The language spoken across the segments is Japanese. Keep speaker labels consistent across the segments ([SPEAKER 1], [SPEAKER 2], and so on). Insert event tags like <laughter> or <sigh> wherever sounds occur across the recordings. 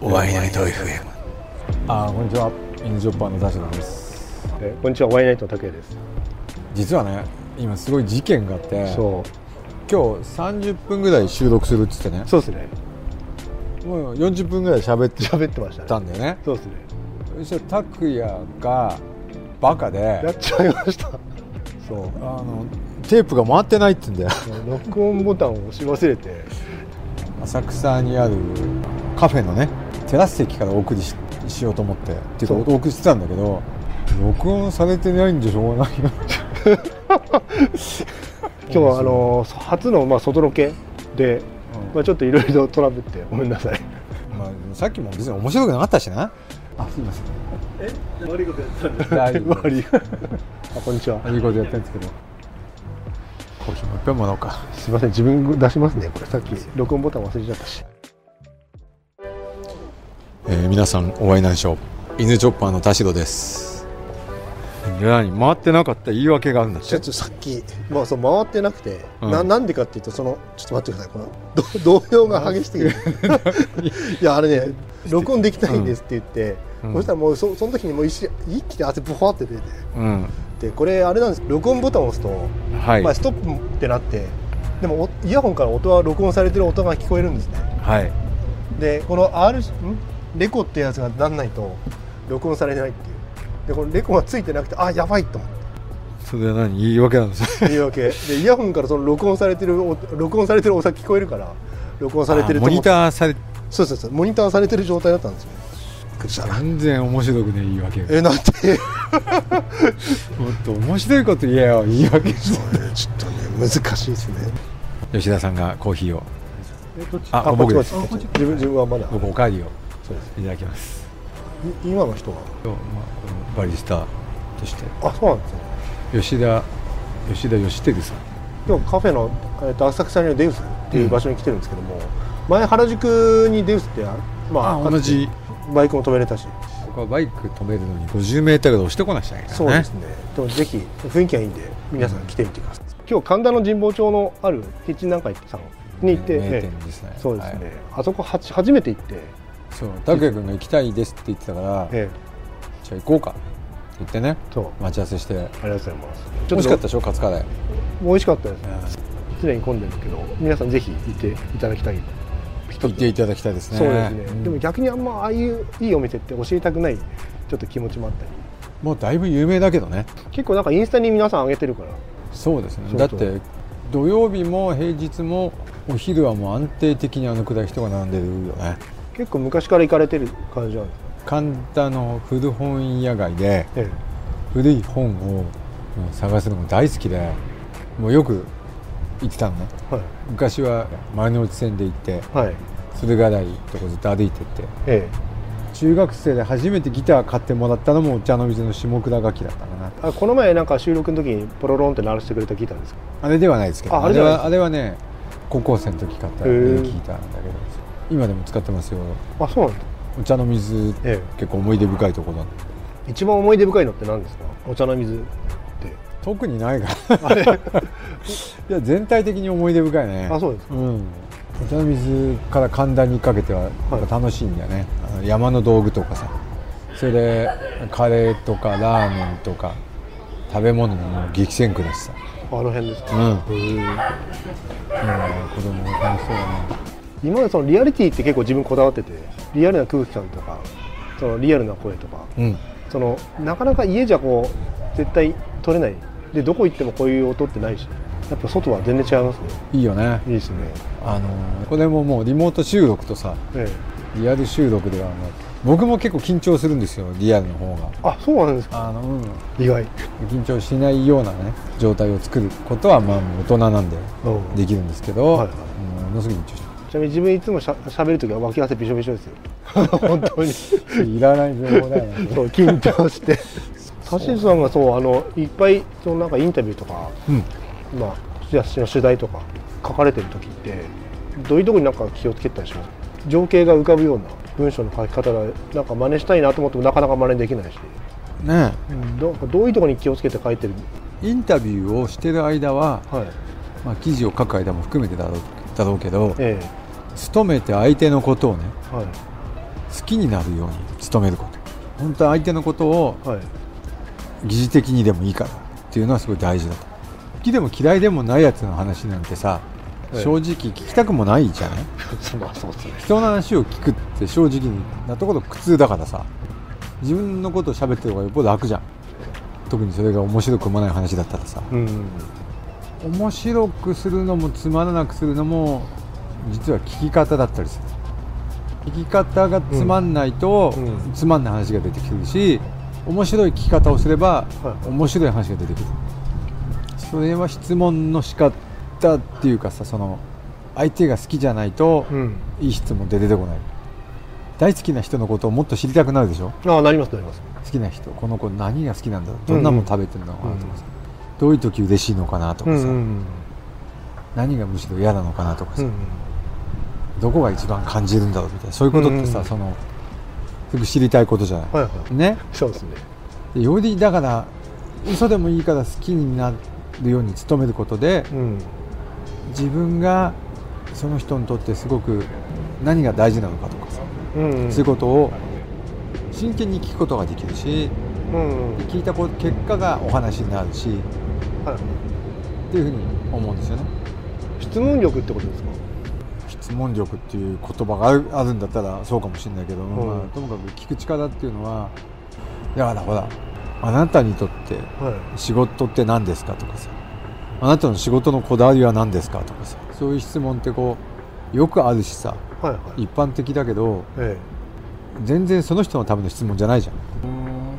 [SPEAKER 1] ワイナイト FM
[SPEAKER 2] あーこんにちはインジョッパーのダシダです
[SPEAKER 3] えーこんにちはワイナイトの竹谷です。
[SPEAKER 2] 実はね今すごい事件があって今
[SPEAKER 3] そ
[SPEAKER 2] 日30分ぐらい収録するっつってね
[SPEAKER 3] う、そうですね。
[SPEAKER 2] もう40分ぐらい喋って
[SPEAKER 3] 喋ってました
[SPEAKER 2] た
[SPEAKER 3] ね。
[SPEAKER 2] んだよね
[SPEAKER 3] そうですね。
[SPEAKER 2] そしたら拓也がバカ
[SPEAKER 3] や
[SPEAKER 2] で
[SPEAKER 3] っちゃいました。
[SPEAKER 2] そうあのテープが回ってないって言うんだよ
[SPEAKER 3] 録音ボタンを押し忘れて、
[SPEAKER 2] 浅草にあるカフェのねテラス席からお送りししようと思ってっていうか
[SPEAKER 3] そう
[SPEAKER 2] お送りしてたんだけど録音されてないんでしょうがないよ
[SPEAKER 3] 今日はあのー初のまあ外ロケで、まあちょっといろいろトラブってごめんなさい。
[SPEAKER 2] <laughs> まあ、さっきも別に面白くなかったしなあすいま <laughs> せん
[SPEAKER 3] え、悪いことやったんだ。
[SPEAKER 2] 大丈夫
[SPEAKER 3] <laughs> 悪い。あこんにちは。
[SPEAKER 2] いいことやってるんですけどコーヒーもいっぱいもらおうか
[SPEAKER 3] すいません自分出しますねこれさっき録音ボタン忘れちゃったし。
[SPEAKER 2] えー皆さんお会いないしょ犬チョッパーの田代です何回ってなかった言い訳があるんだっ
[SPEAKER 4] ちょっとさっき、まあ、そう回ってなくて、
[SPEAKER 2] うん
[SPEAKER 4] ななんでかっていうとそのちょっと待ってくださいこのど <laughs> 動揺が激しす
[SPEAKER 2] <laughs>
[SPEAKER 4] ぎるいやあれね録音できないんですって言って、
[SPEAKER 2] うん
[SPEAKER 4] そしたらもうそその時にもう一一気に汗ブワーって出て
[SPEAKER 2] うん
[SPEAKER 4] でこれあれなんです録音ボタンを押すと、
[SPEAKER 2] はい、
[SPEAKER 4] まあ、ストップってなってでもおイヤホンから音は録音されてる音が聞こえるんですね
[SPEAKER 2] はい
[SPEAKER 4] でこの R んレコってやつがなんないと録音されてないっていうでこのレコがついてなくてあやばいと思って。
[SPEAKER 2] それは何言い訳なんです
[SPEAKER 4] 言い訳でイヤホンからその録音されてるお録音されてる音が聞こえるから録音されてる
[SPEAKER 2] あ
[SPEAKER 4] と
[SPEAKER 2] モ
[SPEAKER 4] 思っ
[SPEAKER 2] ニ
[SPEAKER 4] て
[SPEAKER 2] ターされ
[SPEAKER 4] そうそうそうモニターされてる状態だったんですよびっくりしたな
[SPEAKER 2] 全然面白くね言い訳が
[SPEAKER 4] えなんて <laughs>
[SPEAKER 2] もっと面白いこと言えよ言い訳
[SPEAKER 4] ちょっとね難しいですね
[SPEAKER 2] 吉田さんがコーヒーをあ
[SPEAKER 4] こっち
[SPEAKER 2] 僕
[SPEAKER 4] こ
[SPEAKER 2] で
[SPEAKER 4] っち
[SPEAKER 2] す
[SPEAKER 4] こっち自分自分はまだ
[SPEAKER 2] 僕おかわりを
[SPEAKER 4] そうです
[SPEAKER 2] いただきます
[SPEAKER 4] い今の人は
[SPEAKER 2] 今日まあバリスタとして
[SPEAKER 4] あそうなんですね
[SPEAKER 2] 吉田吉田義輝さん
[SPEAKER 4] 今日カフェの、えっと浅草にあるデウスっていう場所に来てるんですけども、前原宿にデウスってあまあ
[SPEAKER 2] あ同じ
[SPEAKER 4] バイクも止めれたし
[SPEAKER 2] ここはバイク止めるのに 50m ぐらい押してこなくちゃいけないか
[SPEAKER 4] そう
[SPEAKER 2] らね
[SPEAKER 4] ですねでもぜひ雰囲気がいいんで皆さん来てみてください、今日神田の神保町のあるキッチン南海さんに行って、
[SPEAKER 2] 名
[SPEAKER 4] え
[SPEAKER 2] 店
[SPEAKER 4] え
[SPEAKER 2] ですね
[SPEAKER 4] そうですね、
[SPEAKER 2] はい
[SPEAKER 4] あそこはち初めて行って、
[SPEAKER 2] そう拓哉君が行きたいですって言ってたから
[SPEAKER 4] ええ
[SPEAKER 2] じゃあ行こうかって言ってね
[SPEAKER 4] そう
[SPEAKER 2] 待ち合わせして
[SPEAKER 4] ありがとうございます
[SPEAKER 2] 美味しかったでしょカツカレー
[SPEAKER 4] 美味しかったですね常に混んでるけど皆さんぜひ行っていただきたい、
[SPEAKER 2] 行っていただきたいですね
[SPEAKER 4] そうですね、
[SPEAKER 2] ん
[SPEAKER 4] でも逆にあんまああいういいお店って教えたくないちょっと気持ちもあったり
[SPEAKER 2] もうだいぶ有名だけどね
[SPEAKER 4] 結構なんかインスタに皆さん上げてるから
[SPEAKER 2] そうですね
[SPEAKER 4] そう
[SPEAKER 2] だ
[SPEAKER 4] そう
[SPEAKER 2] って土曜日も平日もお昼はもう安定的にあのくらい人が並んでるよね
[SPEAKER 4] 結構昔から行かれてる感じなんです
[SPEAKER 2] 神田の古本屋街で
[SPEAKER 4] ね、
[SPEAKER 2] 古い本をもう探すのも大好きでもうよく行ってたのね
[SPEAKER 4] え
[SPEAKER 2] 昔は丸の内線で行って
[SPEAKER 4] えはいはい
[SPEAKER 2] 駿河台とかずっと歩いてって
[SPEAKER 4] ええ
[SPEAKER 2] 中学生で初めてギター買ってもらったのもお茶の水の下倉楽器だったかな
[SPEAKER 4] あこの前なんか収録の時にポロロンって鳴らしてくれたギターですか
[SPEAKER 2] あれではないですけど
[SPEAKER 4] あ
[SPEAKER 2] あ
[SPEAKER 4] あれ
[SPEAKER 2] れ
[SPEAKER 4] では
[SPEAKER 2] はあれはね高校生の時買った
[SPEAKER 4] へえ
[SPEAKER 2] ギターなんだけど今でも使ってますよ
[SPEAKER 4] あそうなんだ、
[SPEAKER 2] お茶の水
[SPEAKER 4] え
[SPEAKER 2] 結構思い出深いところなんで
[SPEAKER 4] え、一番思い出深いのって何ですかお茶の水って
[SPEAKER 2] 特に <laughs> ないからいや全体的に思い出深いね
[SPEAKER 4] あそうです
[SPEAKER 2] うん、お茶の水から神田にかけてはなんか楽しいんだよね、あの山の道具とかさそれでカレーとかラーメンとか食べ物ももう激戦区だしさ、
[SPEAKER 4] あの辺ですか
[SPEAKER 2] うんいいね子供も楽しそうだね
[SPEAKER 4] 今までそのリアリティって結構自分こだわっててリアルな空気感とかそのリアルな声とか
[SPEAKER 2] うん
[SPEAKER 4] そのなかなか家じゃこう絶対取れないでどこ行ってもこういう音ってないしやっぱ外は全然違いますね
[SPEAKER 2] いいよね
[SPEAKER 4] いいですね、
[SPEAKER 2] あのこれももうリモート収録とさ
[SPEAKER 4] ええ、
[SPEAKER 2] リアル収録ではもう僕も結構緊張するんですよリアルの方が
[SPEAKER 4] あそうなんですか
[SPEAKER 2] あの、うん、
[SPEAKER 4] 意外
[SPEAKER 2] 緊張しないようなね状態を作ることはまあ大人なんで
[SPEAKER 4] うん
[SPEAKER 2] できるんですけど、
[SPEAKER 4] はいはい
[SPEAKER 2] うんものすごい緊張し
[SPEAKER 4] ちなみに自分いつもしゃ喋るときは脇汗びしょびしょですよ <laughs> 本当に
[SPEAKER 2] てるいらない情報だよね
[SPEAKER 4] そう緊張 <laughs> して指図さんがそうあのいっぱいそのなんかインタビューとか、
[SPEAKER 2] うん
[SPEAKER 4] まあ、雑誌の取材とか書かれてる時ってどういうとこになんか気をつけてたりします情景が浮かぶような文章の書き方がなんか真似したいなと思ってもなかなか真似できないし
[SPEAKER 2] ね
[SPEAKER 4] どどういうとこに気をつけて書いてる、
[SPEAKER 2] えインタビューをしてる間は、
[SPEAKER 4] はい
[SPEAKER 2] まあ、記事を書く間も含めてだろうだろうけど
[SPEAKER 4] え
[SPEAKER 2] 努めて相手のことをね
[SPEAKER 4] えはい、
[SPEAKER 2] 好きになるように努めること本当は相手のことを
[SPEAKER 4] はい
[SPEAKER 2] 疑似的にでもいいからっていうのはすごい大事だと好きでも嫌いでもないやつの話なんてさ、
[SPEAKER 4] はい
[SPEAKER 2] 正直聞きたくもないじゃない
[SPEAKER 4] まあそうですね
[SPEAKER 2] 人の話を聞くって正直なところ苦痛だからさ自分のことを喋ってる方がよっぽど楽じゃん特にそれが面白くもない話だったらさ
[SPEAKER 4] うん
[SPEAKER 2] 面白くするのもつまらなくするのも実は聞き方だったりする聞き方がつまんないと、
[SPEAKER 4] うんうん
[SPEAKER 2] つまんない話が出てくるし面白い聞き方をすれば、
[SPEAKER 4] はい
[SPEAKER 2] 面白い話が出てくるそれは質問の仕方っていうかさその相手が好きじゃないと、
[SPEAKER 4] うん
[SPEAKER 2] いい質問って出てこない大好きな人のことをもっと知りたくなるでしょ
[SPEAKER 4] ああなりますなります
[SPEAKER 2] 好きな人この子何が好きなんだろうどんなもの食べてるのかなとかさ、どういう時嬉しいのかなとかさ、
[SPEAKER 4] ん
[SPEAKER 2] 何がむしろ嫌なのかなとか
[SPEAKER 4] う
[SPEAKER 2] さ、
[SPEAKER 4] ん
[SPEAKER 2] どこが一番感じるんだろうみたいなそういうことってさ、
[SPEAKER 4] うん
[SPEAKER 2] そのすぐ知りたいことじゃない、
[SPEAKER 4] はいはい
[SPEAKER 2] ね
[SPEAKER 4] そうですね
[SPEAKER 2] でよりだから嘘でもいいから好きになるように努めることで
[SPEAKER 4] うん
[SPEAKER 2] 自分がその人にとってすごく何が大事なのかとかさ、
[SPEAKER 4] うん
[SPEAKER 2] そういうことを真剣に聞くことができるし
[SPEAKER 4] うん
[SPEAKER 2] 聞いたこ結果がお話になるし
[SPEAKER 4] はい
[SPEAKER 2] っていうふうに思うんですよね
[SPEAKER 4] 質問力ってことですか
[SPEAKER 2] 質問力っていう言葉があるあるんだったらそうかもしれないけど、
[SPEAKER 4] ん
[SPEAKER 2] まあ、ともかく聞く力っていうのはだからほらあなたにとって
[SPEAKER 4] は
[SPEAKER 2] 仕事って何ですかとかさあなたの仕事のこだわりは何ですかとかさそういう質問ってこうよくあるしさ
[SPEAKER 4] いはいはい
[SPEAKER 2] 一般的だけど
[SPEAKER 4] え
[SPEAKER 2] 全然その人のための質問じゃないじゃん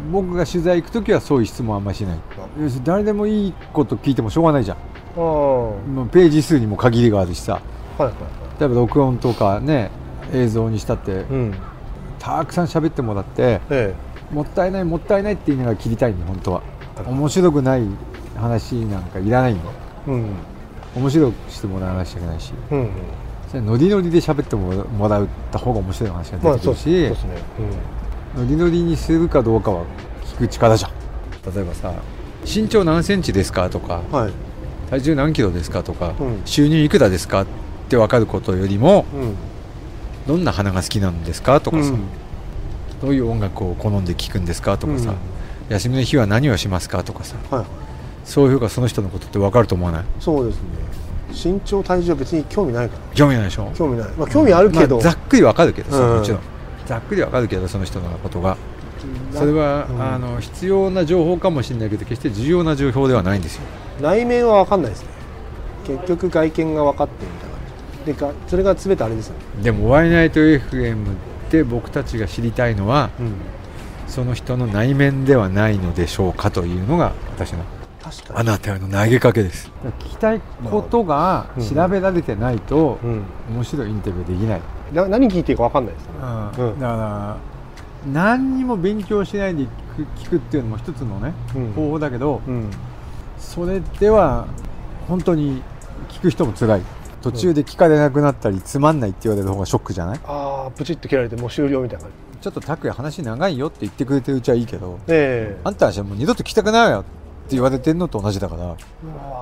[SPEAKER 2] うん僕が取材行く時はそういう質問あんまりしない要するに誰でもいいこと聞いてもしょうがないじゃん
[SPEAKER 4] えああは
[SPEAKER 2] もうページ数にも限りがあるしさ
[SPEAKER 4] いはいはい
[SPEAKER 2] 例えば録音とかね映像にしたって
[SPEAKER 4] うん
[SPEAKER 2] たくさん喋ってもらって
[SPEAKER 4] え
[SPEAKER 2] もったいないもったいないって言いながら切りたいんだよ本当は
[SPEAKER 4] はい
[SPEAKER 2] 面白くない話なんかいらないんだよ
[SPEAKER 4] えうん
[SPEAKER 2] 面白くしてもらわなきゃいけないし
[SPEAKER 4] うんうん
[SPEAKER 2] それノリノリで喋ってももらった方が面白い話
[SPEAKER 4] ま
[SPEAKER 2] が
[SPEAKER 4] あ
[SPEAKER 2] 出てく
[SPEAKER 4] そう
[SPEAKER 2] る
[SPEAKER 4] そうで
[SPEAKER 2] し、
[SPEAKER 4] すね
[SPEAKER 2] ノリノリにするかどうかは聞く力じゃん例えばさ身長何センチですかとか
[SPEAKER 4] うんはい
[SPEAKER 2] 体重何キロですかとか、
[SPEAKER 4] うん
[SPEAKER 2] 収入いくらですかって分かることよりも
[SPEAKER 4] うん
[SPEAKER 2] どんな花が好きなんですかとかさ、
[SPEAKER 4] うん
[SPEAKER 2] どういう音楽を好んで聴くんですかとかさ、
[SPEAKER 4] うん
[SPEAKER 2] 休みの日は何をしますかとかさ
[SPEAKER 4] はいはい
[SPEAKER 2] そういう方がその人のことって分かると思わない
[SPEAKER 4] そうですね身長体重は別に興味ないから
[SPEAKER 2] 興味ないでしょ
[SPEAKER 4] 興味ないまあ興味あるけど、
[SPEAKER 2] まあざっくり分かるけどさ、
[SPEAKER 4] うん
[SPEAKER 2] もちろんざっくり分かるけどその人のことが
[SPEAKER 4] な
[SPEAKER 2] それは、
[SPEAKER 4] うん
[SPEAKER 2] あの必要な情報かもしれないけど決して重要な情報ではないんですよ
[SPEAKER 4] 内面は分かんないですね結局外見が分かってるみたいな感じでかそれが全てあれですよね
[SPEAKER 2] でも「ワイナイト FM」で僕たちが知りたいのは
[SPEAKER 4] うん
[SPEAKER 2] その人の内面ではないのでしょうかというのが私の
[SPEAKER 4] 確か
[SPEAKER 2] あ
[SPEAKER 4] に
[SPEAKER 2] なたへの投げかけです聞きたいことが
[SPEAKER 4] うん
[SPEAKER 2] 調べられてないと
[SPEAKER 4] うん
[SPEAKER 2] 面白いインタビューできない、
[SPEAKER 4] な何聞いていいか分かんないですねうん
[SPEAKER 2] だから何にも勉強しないで聞く聞くっていうのも一つのね
[SPEAKER 4] うん
[SPEAKER 2] 方法だけど、
[SPEAKER 4] うん
[SPEAKER 2] それでは本当に聞く人も辛い途中で聞かれなくなったりつまんないって言われる方がショックじゃない
[SPEAKER 4] ああプチッと切られてもう終了みたいな感じ
[SPEAKER 2] ちょっと拓也話長いよって言ってくれてるうちはいいけど
[SPEAKER 4] ええ
[SPEAKER 2] あんたたちはもう二度と聞きたくないよって言われてんのと同じだから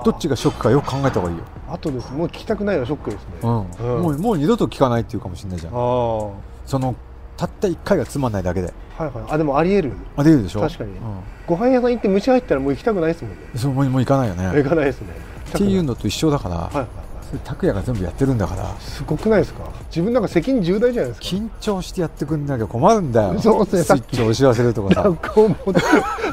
[SPEAKER 2] どっちがショックかよく考えた方がいいよ、
[SPEAKER 4] あとですもう聞きたくないのはショックですね
[SPEAKER 2] うん
[SPEAKER 4] うん
[SPEAKER 2] もうもう二度と聞かないっていうかもしれないじゃ
[SPEAKER 4] あ
[SPEAKER 2] ん
[SPEAKER 4] あは
[SPEAKER 2] そのたった一回がつまんないだけで
[SPEAKER 4] いはいあでもありえる
[SPEAKER 2] あできるでしょ
[SPEAKER 4] 確かに
[SPEAKER 2] うん
[SPEAKER 4] ご飯屋さん行って虫入ったらもう行きたくないですもんね
[SPEAKER 2] そうもうもう行かないよ
[SPEAKER 4] 行
[SPEAKER 2] ね
[SPEAKER 4] かないですね
[SPEAKER 2] っていう
[SPEAKER 4] の
[SPEAKER 2] のと一緒だから、
[SPEAKER 4] はいはいはい
[SPEAKER 2] それ拓也が全部やってるんだから
[SPEAKER 4] すごくないですか自分なんか責任重大じゃないですか
[SPEAKER 2] 緊張してやってくんなきゃ困るんだよ
[SPEAKER 4] そうですね
[SPEAKER 2] スイッチを押し忘れるとか
[SPEAKER 4] な <laughs>
[SPEAKER 2] さ
[SPEAKER 4] んかも
[SPEAKER 2] <laughs>
[SPEAKER 4] う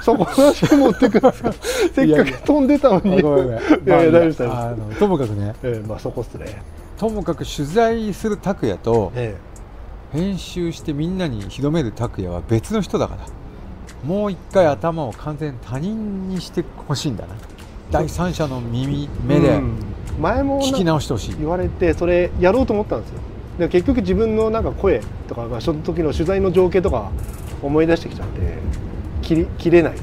[SPEAKER 4] そこの話持ってくるんですかせっかく飛んでたのに
[SPEAKER 2] あごめんごめん
[SPEAKER 4] いやいや大丈夫です大
[SPEAKER 2] まあ
[SPEAKER 4] 丈
[SPEAKER 2] あのともかくね
[SPEAKER 4] ええまあそこっすね
[SPEAKER 2] ともかく取材する拓也と
[SPEAKER 4] え
[SPEAKER 2] 編集してみんなに広める拓也は別の人だからもう一回頭を完全に他人にしてほしいんだな第三者の耳
[SPEAKER 4] え
[SPEAKER 2] 目で
[SPEAKER 4] うん前も
[SPEAKER 2] 聞き
[SPEAKER 4] な
[SPEAKER 2] 直してほしい、
[SPEAKER 4] 言われてそれやろうと思ったんですよで結局自分のなんか声とかがその時の取材の情景とか思い出してきちゃって切り切れない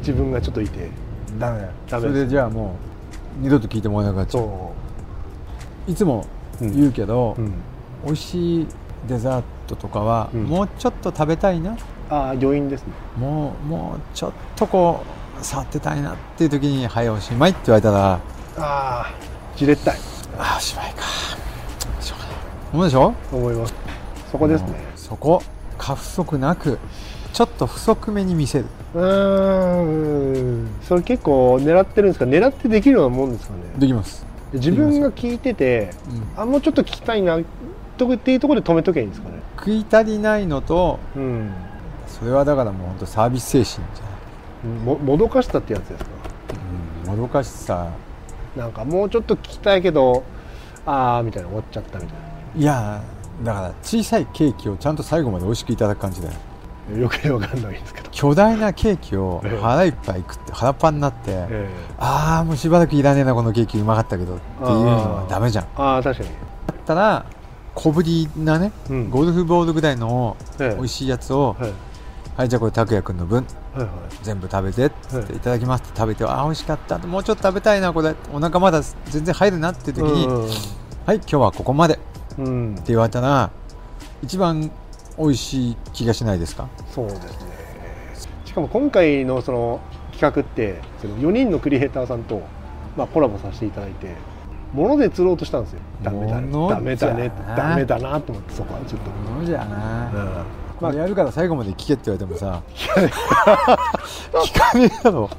[SPEAKER 4] 自分がちょっといて
[SPEAKER 2] ダメだよ
[SPEAKER 4] ダ
[SPEAKER 2] そ
[SPEAKER 4] メです
[SPEAKER 2] れでじゃあもう二度と聞いてもらえなくなっちゃう
[SPEAKER 4] そ
[SPEAKER 2] いつも言うけど、
[SPEAKER 4] う、うん、
[SPEAKER 2] 美味しいデザートとかは、
[SPEAKER 4] うん
[SPEAKER 2] もうちょっと食べたいな
[SPEAKER 4] ああ余韻ですね
[SPEAKER 2] もうもうちょっとこう触ってたいなっていう時に「はいおしまい」って言われたら
[SPEAKER 4] ああじれったい
[SPEAKER 2] 「ああおしまいか」しょうがない思うでしょ
[SPEAKER 4] 思いますそこですね
[SPEAKER 2] もうそこ過不足なくちょっと不足めに見せる
[SPEAKER 4] うーんそれ結構狙ってるんですか狙ってできるようなもんですかね
[SPEAKER 2] できます、
[SPEAKER 4] 自分が聞いてて
[SPEAKER 2] うん
[SPEAKER 4] あもうちょっと聞きたいなとかっていうところで止めとけばいいんですかね
[SPEAKER 2] 食い足りないのと
[SPEAKER 4] うん
[SPEAKER 2] それはだからもう本当サービス精神じ
[SPEAKER 4] ももどかしたってやつですか
[SPEAKER 2] ゃない、うん、もどかしさ
[SPEAKER 4] なんかもうちょっと聞きたいけどああみたいな終わっちゃったみたい
[SPEAKER 2] いやだから小さいケーキをちゃんと最後まで美味しくいただく感じだよ
[SPEAKER 4] なよくわかんないんですけど、
[SPEAKER 2] 巨大なケーキを
[SPEAKER 4] ええ
[SPEAKER 2] 腹いっぱい食って腹パンになって、ああもうしばらくいらねえなこのケーキうまかったけどっていうのはダメじゃんだ
[SPEAKER 4] ああ確かに
[SPEAKER 2] ったら小ぶりなね、
[SPEAKER 4] うん
[SPEAKER 2] ゴルフボールぐらいの
[SPEAKER 4] ええ
[SPEAKER 2] 美味しいやつを、
[SPEAKER 4] はい
[SPEAKER 2] はいじゃあこれ拓也君の分
[SPEAKER 4] はいはい
[SPEAKER 2] 全部食べてっつっていただきますって食べて、ああ美味しかったもうちょっと食べたいなこれお腹まだ全然入るなっていう時に、はい今日はここまでって
[SPEAKER 4] うん、うん
[SPEAKER 2] 言われたら一番美味しい気がしないですか
[SPEAKER 4] そうですねしかも今回のその企画ってその4人のクリエイターさんと、まあ、コラボさせていただいて物で釣ろうとしたんですよダメだね
[SPEAKER 2] 物
[SPEAKER 4] ダメだね
[SPEAKER 2] じゃな
[SPEAKER 4] ダメだなと思ってそこはちょっと、
[SPEAKER 2] そうじゃな
[SPEAKER 4] う
[SPEAKER 2] まあ、やるから最後まで聞けって言われて
[SPEAKER 4] <laughs>
[SPEAKER 2] もさ聞かねえだろ
[SPEAKER 4] ん、い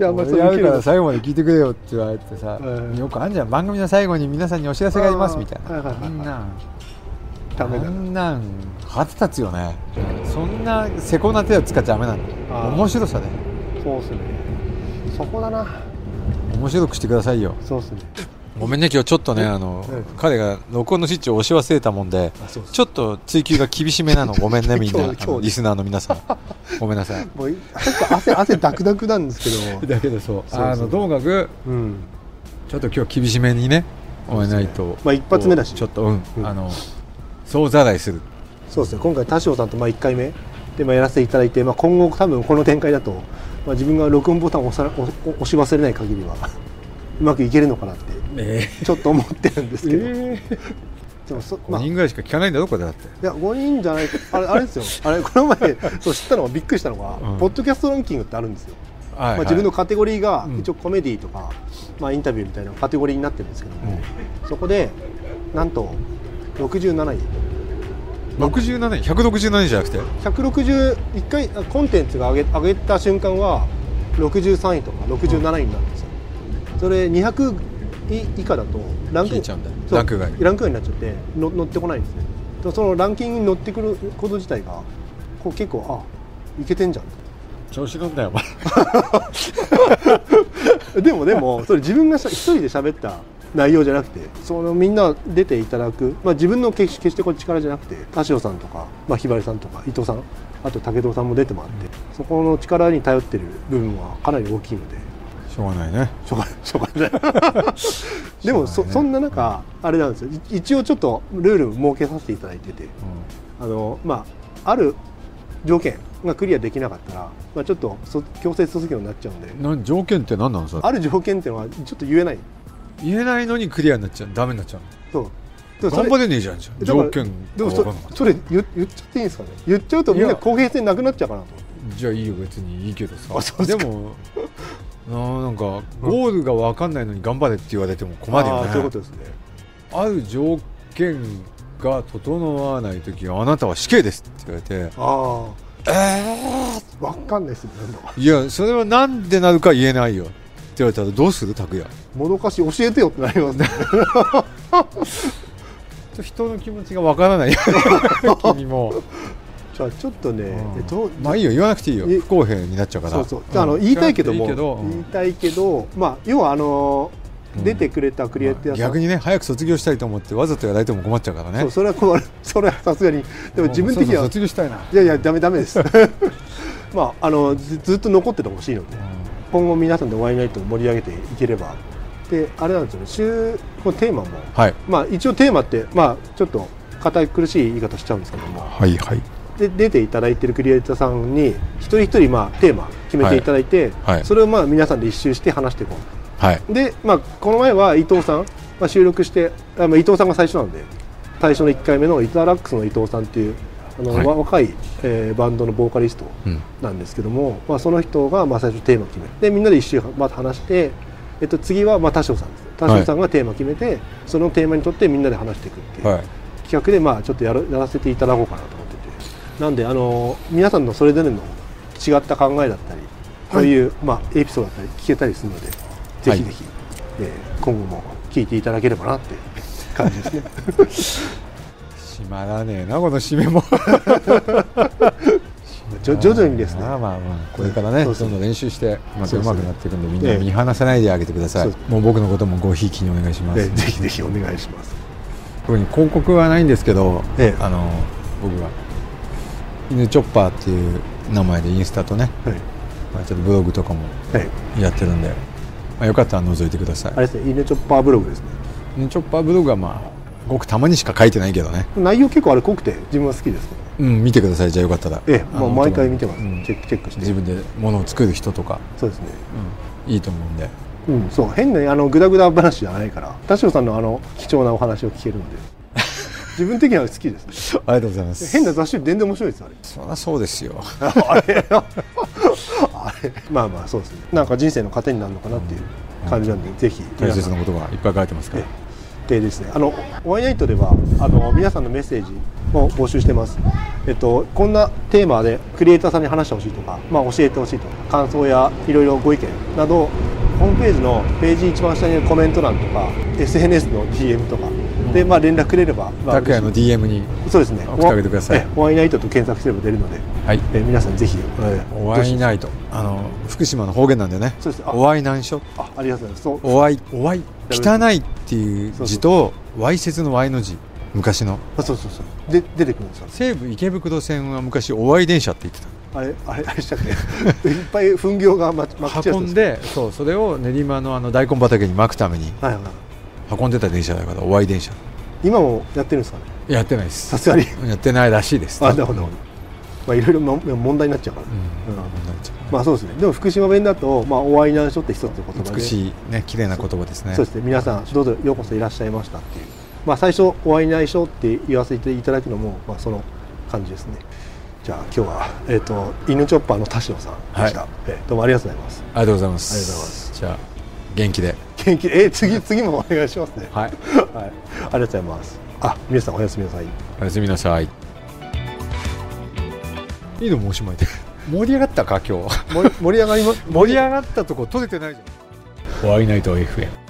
[SPEAKER 4] やまあそう
[SPEAKER 2] や
[SPEAKER 4] いう
[SPEAKER 2] るから最後まで聞いてくれよって言われてさ、
[SPEAKER 4] うん
[SPEAKER 2] よくあんじゃん番組の最後に皆さんにお知らせがありますみたいな、
[SPEAKER 4] うんはいはいはい
[SPEAKER 2] あんなん
[SPEAKER 4] ダメだ
[SPEAKER 2] あんなん腹立つよねそんなせこな手を使っちゃダメなんだ
[SPEAKER 4] あー
[SPEAKER 2] 面白さで
[SPEAKER 4] そうっすねそこだな
[SPEAKER 2] 面白くしてくださいよ
[SPEAKER 4] そうっすね
[SPEAKER 2] ごめんね今日ちょっとねあの、
[SPEAKER 4] うん
[SPEAKER 2] 彼が録音のスイッチを押し忘れたもんで
[SPEAKER 4] あそうです
[SPEAKER 2] ちょっと追求が厳しめなのごめんねみんなあ
[SPEAKER 4] <laughs> 今日今日
[SPEAKER 2] のリスナーの皆さんごめん
[SPEAKER 4] <laughs>
[SPEAKER 2] なさい
[SPEAKER 4] もうちょっと汗汗ダクダクなんですけど
[SPEAKER 2] だけどそう
[SPEAKER 4] そうそう
[SPEAKER 2] あのともかく
[SPEAKER 4] うん
[SPEAKER 2] ちょっと今日厳しめにね終わらないと、
[SPEAKER 4] まあ一発目だし
[SPEAKER 2] ちょっとうん、
[SPEAKER 4] うん
[SPEAKER 2] あの総ざらいする
[SPEAKER 4] そうですね今回田代さんとまあ1回目でまあやらせていただいて、まあ、今後多分この展開だと、まあ、自分が録音ボタンを押さ押押し忘れない限りはうまくいけるのかなって
[SPEAKER 2] え
[SPEAKER 4] ちょっと思ってるんですけど、
[SPEAKER 2] <laughs>
[SPEAKER 4] でもそ
[SPEAKER 2] 5
[SPEAKER 4] まあい
[SPEAKER 2] 人ぐらいしか聞かないんだろこれだって
[SPEAKER 4] や5人じゃないあれあれですよあれこの前そう知ったのがびっくりしたのが、
[SPEAKER 2] うん
[SPEAKER 4] ポッドキャストランキングってあるんですよ、
[SPEAKER 2] は
[SPEAKER 4] ま
[SPEAKER 2] い、
[SPEAKER 4] あ、自分のカテゴリーが
[SPEAKER 2] うん
[SPEAKER 4] 一応コメディとか、まあ、インタビューみたいなカテゴリーになってるんですけども、
[SPEAKER 2] うん
[SPEAKER 4] そこでなんと67位
[SPEAKER 2] 67年167年じゃなくて
[SPEAKER 4] 161回あコンテンツが上げ上げた瞬間は63位とか67位になるんですよ、それ200位以下だとランク
[SPEAKER 2] 消えちゃうんだ
[SPEAKER 4] そう
[SPEAKER 2] ランク外
[SPEAKER 4] ランク外になっちゃっての乗ってこないんですねでそのランキングに乗ってくること自体がこう結構あいけてんじゃん
[SPEAKER 2] 調子乗んだよ <laughs> お前
[SPEAKER 4] <laughs> でもでもそれ自分がしゃ一人で喋った内容じゃなくてそのみんな出ていただく、まあ、自分の決し決してこっちからじゃなくて田代さんとか、まあ、ひばりさんとか伊藤さんあと武藤さんも出てもらってそこの力に頼ってる部分はかなり大きいので
[SPEAKER 2] しょうがないね
[SPEAKER 4] しょうがない <laughs> しょうがないでもそそんな中あれなんですよい一応ちょっとルールを設けさせていただいててあのまあある条件がクリアできなかったら、まあ、ちょっとそ強制卒業になっちゃうんで
[SPEAKER 2] うん、なん条件って何なのそれ
[SPEAKER 4] ある条件っていうのはちょっと言えない
[SPEAKER 2] 言えないのにクリアになっちゃうダメになっちゃう
[SPEAKER 4] そうでもそ
[SPEAKER 2] 頑
[SPEAKER 4] れ
[SPEAKER 2] 張れねえじゃんじゃん
[SPEAKER 4] だから
[SPEAKER 2] 条件
[SPEAKER 4] でも
[SPEAKER 2] が分
[SPEAKER 4] そ
[SPEAKER 2] か
[SPEAKER 4] れ
[SPEAKER 2] んなかった
[SPEAKER 4] それ言言っちゃっていいんですかね言っちゃうとみん
[SPEAKER 2] い
[SPEAKER 4] な
[SPEAKER 2] や
[SPEAKER 4] 公平性なくなっちゃうかなと思って
[SPEAKER 2] じゃあいいよ別にいいけどさ
[SPEAKER 4] あそうっ
[SPEAKER 2] ですもなあなんかゴールが分かんないのに頑張れって言われても困るよ
[SPEAKER 4] あ
[SPEAKER 2] ね
[SPEAKER 4] ーそういうことですね
[SPEAKER 2] ある条件が整わない時はあなたは死刑ですって言われて
[SPEAKER 4] あ
[SPEAKER 2] え
[SPEAKER 4] あわかんないですねなんだ
[SPEAKER 2] えいやそれはなんでなるか言えないよって言われたらどうする拓也
[SPEAKER 4] もどかしい教えてよってなり
[SPEAKER 2] <laughs>
[SPEAKER 4] ますね
[SPEAKER 2] 人の気持ちがわからない <laughs> 君も、
[SPEAKER 4] じゃあちょっとね、えどう
[SPEAKER 2] まあいいよ言わなくていいよ
[SPEAKER 4] い
[SPEAKER 2] 不公平になっちゃうから
[SPEAKER 4] そうそうじゃああの言いたいけども
[SPEAKER 2] うん
[SPEAKER 4] 言いたいけどまあ要はあの
[SPEAKER 2] うん
[SPEAKER 4] 出てくれたクリエイターさん、
[SPEAKER 2] 逆にね早く卒業したいと思ってわざとやられても困っちゃうからね
[SPEAKER 4] そうそれは困るそれはさすがにでも自分的に
[SPEAKER 2] そ
[SPEAKER 4] は
[SPEAKER 2] ろそろ卒業したいな、
[SPEAKER 4] いやいやダメダメです <laughs> まああのずずっと残っててほしいので今後皆さんでワイナイトを盛り上げていければであれなんですよね週このテーマも、
[SPEAKER 2] はい
[SPEAKER 4] まあ、一応テーマって、まあ、ちょっと堅苦しい言い方しちゃうんですけども
[SPEAKER 2] はいはい
[SPEAKER 4] で出ていただいてるクリエイターさんに一人一人、まあ、テーマ決めていただいて、
[SPEAKER 2] はいはい
[SPEAKER 4] それをまあ皆さんで一周して話していこ
[SPEAKER 2] はいう
[SPEAKER 4] で、まあ、この前は伊藤さん、まあ、収録してあ、まあ、伊藤さんが最初なんで最初の1回目のイタラックスの伊藤さんっていうあの、
[SPEAKER 2] はい
[SPEAKER 4] わ若い、えーバンドのボーカリスト
[SPEAKER 2] うん
[SPEAKER 4] なんですけども、まあ、その人がまあ最初テーマ決めてでみんなで一周また話して、えっと、次はまあ田代さんです田代さんがテーマ決めて、そのテーマにとってみんなで話していくっていう
[SPEAKER 2] はい
[SPEAKER 4] 企画でまあちょっとやるやらせていただこうかなと思っててなんであの皆さんのそれぞれの違った考えだったりそういう、まあ、エピソードだったり聞けたりするのでぜひぜひ、えー今後も聞いていただければなって感じで
[SPEAKER 2] <laughs>
[SPEAKER 4] すね
[SPEAKER 2] 閉まらねえなこの締めも
[SPEAKER 4] じょ徐々にですね
[SPEAKER 2] まあまあまあこれからね
[SPEAKER 4] そう
[SPEAKER 2] ど
[SPEAKER 4] そうん
[SPEAKER 2] どん練習してまた
[SPEAKER 4] そう
[SPEAKER 2] 上手く
[SPEAKER 4] そう
[SPEAKER 2] なっていくんでみんな
[SPEAKER 4] ええ
[SPEAKER 2] 見放さないであげてください
[SPEAKER 4] そう
[SPEAKER 2] もう僕のこともごひいきにお願いしま
[SPEAKER 4] え
[SPEAKER 2] す
[SPEAKER 4] ーぜひぜひお願いします
[SPEAKER 2] 特に広告はないんですけど
[SPEAKER 4] ええ
[SPEAKER 2] あの僕は犬チョッパーっていう名前でインスタとね
[SPEAKER 4] はい、
[SPEAKER 2] まあちょっとブログとかも
[SPEAKER 4] はい、
[SPEAKER 2] やってるんでまあよかったら覗いてください
[SPEAKER 4] あれですねイネチョッパーブログですね
[SPEAKER 2] ねチョッパーブログはまあごくたまにしか書いてないけどね
[SPEAKER 4] 内容結構あれ濃くて自分は好きですね
[SPEAKER 2] うん見てくださいじゃあよかったら
[SPEAKER 4] ええ、まあ、
[SPEAKER 2] の
[SPEAKER 4] 毎回見てます、
[SPEAKER 2] うん
[SPEAKER 4] チェックチェックして
[SPEAKER 2] 自分で物を作る人とか、
[SPEAKER 4] そうですね
[SPEAKER 2] いいと思うんで
[SPEAKER 4] うんそう変なあのグダグダ話じゃないから田代さんのあの貴重なお話を聞けるの <laughs> で自分的には好きです
[SPEAKER 2] ありがとうございます
[SPEAKER 4] 変な雑誌より全然面白いですあれ
[SPEAKER 2] そりゃそうです <laughs> よ
[SPEAKER 4] あれまあまあそうですねなんか人生の糧になるのかなっていう感じなんで、ぜひ
[SPEAKER 2] 大
[SPEAKER 4] 皆
[SPEAKER 2] 切な
[SPEAKER 4] さん
[SPEAKER 2] ことがいっぱい書いてますから
[SPEAKER 4] えでですねあのワイナイトではあの皆さんのメッセージを募集してますえっとこんなテーマでクリエイターさんに話してほしいとか、まあ、教えてほしいとか感想やいろいろご意見などホームページのページ一番下にあるコメント欄とか SNS の DM とかで、まあ、連絡くれれば、まあ、
[SPEAKER 2] 拓也の DM に
[SPEAKER 4] そうですね
[SPEAKER 2] 送ってあげてください
[SPEAKER 4] えワイナイトと検索すれば出るので、
[SPEAKER 2] はい
[SPEAKER 4] え皆さんぜひ、え
[SPEAKER 2] お会いないとあの福島の方言なんでね
[SPEAKER 4] そうですあ
[SPEAKER 2] お会い難所
[SPEAKER 4] あありがとうございますそう
[SPEAKER 2] お会いお会い汚いっていう字とわいせつのわいの字昔の
[SPEAKER 4] あそうそうそうで出てくるんですよ
[SPEAKER 2] 西武池袋線は昔お会い電車って言ってた
[SPEAKER 4] あれあれあれしたっけ <laughs> いっぱい糞業がままくち
[SPEAKER 2] 運んでそうそれを練馬のあの大根畑にまくために
[SPEAKER 4] はいはい
[SPEAKER 2] 運んでた電車だからお会い電車
[SPEAKER 4] 今もやってるんですかね
[SPEAKER 2] やってないです
[SPEAKER 4] さすがに
[SPEAKER 2] やってないらしいです
[SPEAKER 4] あ <laughs> なるほどまあいろいろも問題になっちゃうから、
[SPEAKER 2] うん
[SPEAKER 4] うん
[SPEAKER 2] なっちゃう
[SPEAKER 4] まあそうですねでも福島弁だと、まあ、お会い難所って一つの言葉で
[SPEAKER 2] 美しいね綺麗な言葉ですね
[SPEAKER 4] そうですね皆さんどうぞようこそいらっしゃいましたっていうまあ最初お会い難所って言わせていただくのも、まあ、その感じですねじゃあ今日は、えっと犬チョッパーの田代さんでした、
[SPEAKER 2] はい
[SPEAKER 4] えーどうもありがとうございます
[SPEAKER 2] ありがとうございます
[SPEAKER 4] ありがとうございます
[SPEAKER 2] じゃあ元気で
[SPEAKER 4] 元気えー次次もお願いしますね
[SPEAKER 2] はい
[SPEAKER 4] はい、ありがとうございます。あ、皆さんおやすみなさい。
[SPEAKER 2] おやすみなさいいいのもおしまいで <laughs> 盛り上がったか今日 <laughs>
[SPEAKER 4] 盛り盛り上がります。
[SPEAKER 2] 盛り上がったとこ取れてないじゃんワイナイト FM